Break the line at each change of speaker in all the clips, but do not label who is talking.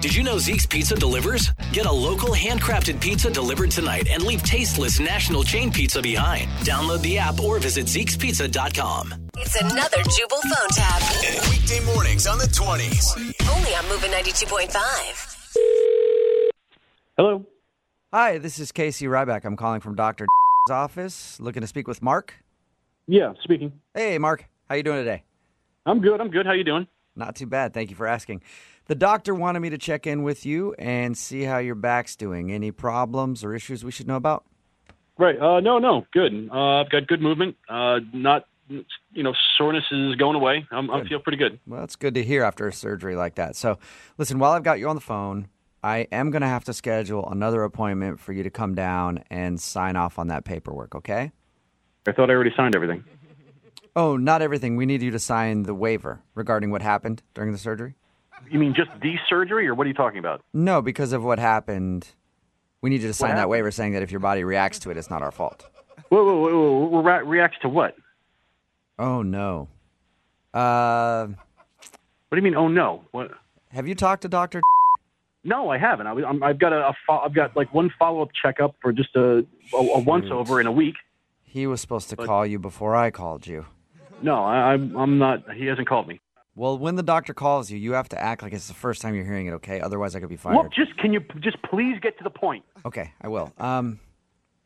Did you know Zeke's Pizza delivers? Get a local handcrafted pizza delivered tonight and leave tasteless national chain pizza behind. Download the app or visit Zeke'sPizza.com.
It's another Jubal phone tab.
Weekday mornings on the 20s.
Only on Moving 92.5.
Hello.
Hi, this is Casey Ryback. I'm calling from Dr. office, looking to speak with Mark.
Yeah, speaking.
Hey, Mark, how you doing today?
I'm good. I'm good. How you doing?
Not too bad. Thank you for asking. The doctor wanted me to check in with you and see how your back's doing. Any problems or issues we should know about?
Right. Uh, no, no, good. Uh, I've got good movement. Uh, not, you know, soreness is going away. I'm, I feel pretty good.
Well, it's good to hear after a surgery like that. So, listen, while I've got you on the phone, I am going to have to schedule another appointment for you to come down and sign off on that paperwork, okay?
I thought I already signed everything.
Oh, not everything. We need you to sign the waiver regarding what happened during the surgery.
You mean just the surgery, or what are you talking about?
No, because of what happened, we need you to sign that
happened?
waiver saying that if your body reacts to it, it's not our fault.
Whoa, whoa, whoa, whoa, whoa. Re- reacts to what?
Oh, no. Uh,
What do you mean? Oh no. What?
have you talked to Dr.
No, I haven't. I, was- I'm, I've got a, a fo- I've got like one follow up checkup for just a, a, a once over in a week.
He was supposed to call you before I called you.
No, I, I'm I'm not. He hasn't called me.
Well, when the doctor calls you, you have to act like it's the first time you're hearing it, okay? Otherwise, I could be fired.
Look, just can you p- just please get to the point?
Okay, I will. Um,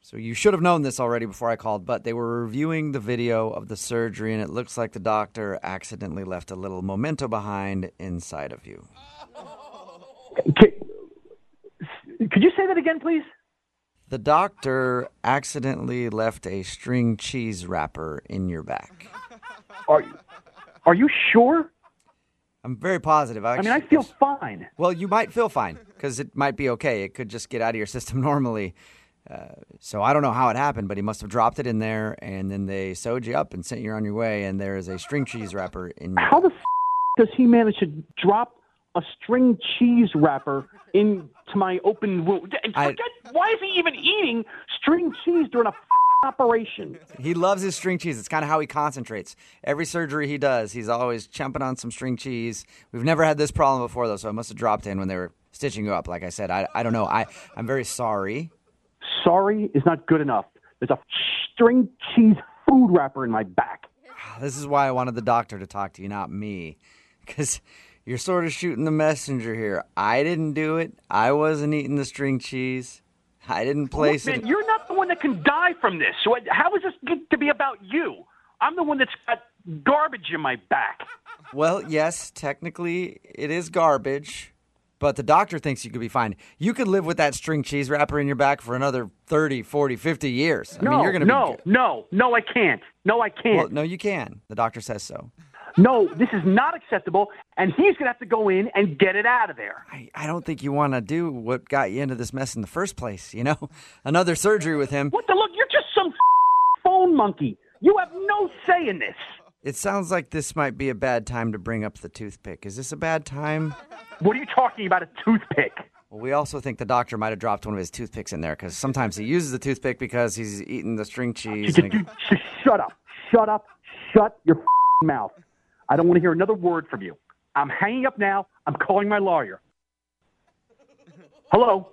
so you should have known this already before I called, but they were reviewing the video of the surgery, and it looks like the doctor accidentally left a little memento behind inside of you.
Could, could you say that again, please?
The doctor accidentally left a string cheese wrapper in your back.
Are are you sure?
I'm very positive.
I
Actually,
mean, I feel fine.
Well, you might feel fine because it might be okay. It could just get out of your system normally. Uh, so I don't know how it happened, but he must have dropped it in there, and then they sewed you up and sent you on your way. And there is a string cheese wrapper in. Your
How the f- does he manage to drop a string cheese wrapper into my open wound? And
I-
forget, why is he even eating string cheese during a f- operation?
He loves his string cheese. It's kind of how he concentrates. Every surgery he does, he's always chomping on some string cheese. We've never had this problem before, though, so it must have dropped in when they were stitching you up. Like I said, I, I don't know. I, I'm very sorry.
Sorry is not good enough. There's a string cheese food wrapper in my back.
This is why I wanted the doctor to talk to you, not me. Because you're sort of shooting the messenger here. I didn't do it. I wasn't eating the string cheese. I didn't place
Look, man,
it.
you're not the one that can die from this. So how is this get to be about you? I'm the one that's got garbage in my back.
Well, yes, technically it is garbage, but the doctor thinks you could be fine. You could live with that string cheese wrapper in your back for another 30, 40, 50 years. I
No,
mean, you're going to
no,
be.
no, no, I can't. No, I can't.
Well, no, you can. The doctor says so.
No, this is not acceptable, and he's going to have to go in and get it out of there.
I, I don't think you want to do what got you into this mess in the first place, you know? Another surgery with him.
What the look? You're just some phone monkey. You have no say in this.
It sounds like this might be a bad time to bring up the toothpick. Is this a bad time?
What are you talking about? A toothpick?
Well, we also think the doctor might have dropped one of his toothpicks in there because sometimes he uses the toothpick because he's eating the string cheese.
Just,
and it-
just shut up. Shut up. Shut your mouth. I don't want to hear another word from you. I'm hanging up now. I'm calling my lawyer. Hello.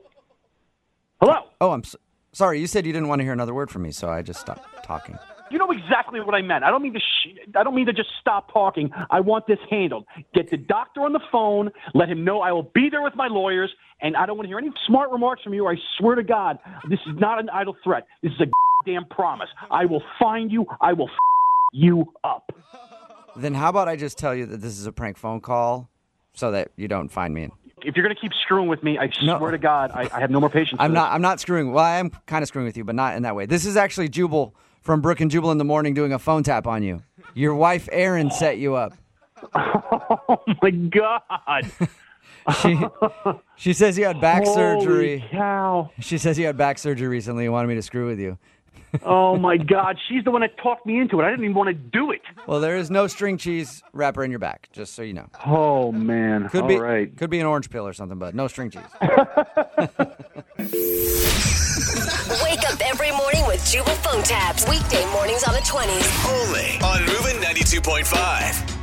Hello.
Oh, I'm s sorry. You said you didn't want to hear another word from me, so I just stopped talking.
You know exactly what I meant. I don't mean to. Sh- I don't mean to just stop talking. I want this handled. Get the doctor on the phone. Let him know I will be there with my lawyers, and I don't want to hear any smart remarks from you. I swear to God, this is not an idle threat. This is a damn promise. I will find you. I will f- you up.
Then how about I just tell you that this is a prank phone call so that you don't find me?
If you're gonna keep screwing with me, I
No.
swear to God, I, I have no more patience.
I'm
for
not. I'm not screwing. Well, I am kind of screwing with you, but not in that way. This is actually Jubal from Brook and Jubal in the morning doing a phone tap on you. Your wife Erin set you up.
this. Oh my God!
She she says you had back surgery.
Holy cow!
She says you had back surgery recently and wanted me to screw with you.
Oh my God! She's the one that talked me into it. I didn't even want to do it.
Well, there is no string cheese wrapper in your back, just so you know.
Oh man!
Could
All
be
right.
could be an orange pill or something, but no string cheese.
Wake up every morning with Jubal phone tabs. Weekday mornings on the 20s.
Only on Moving 92.5.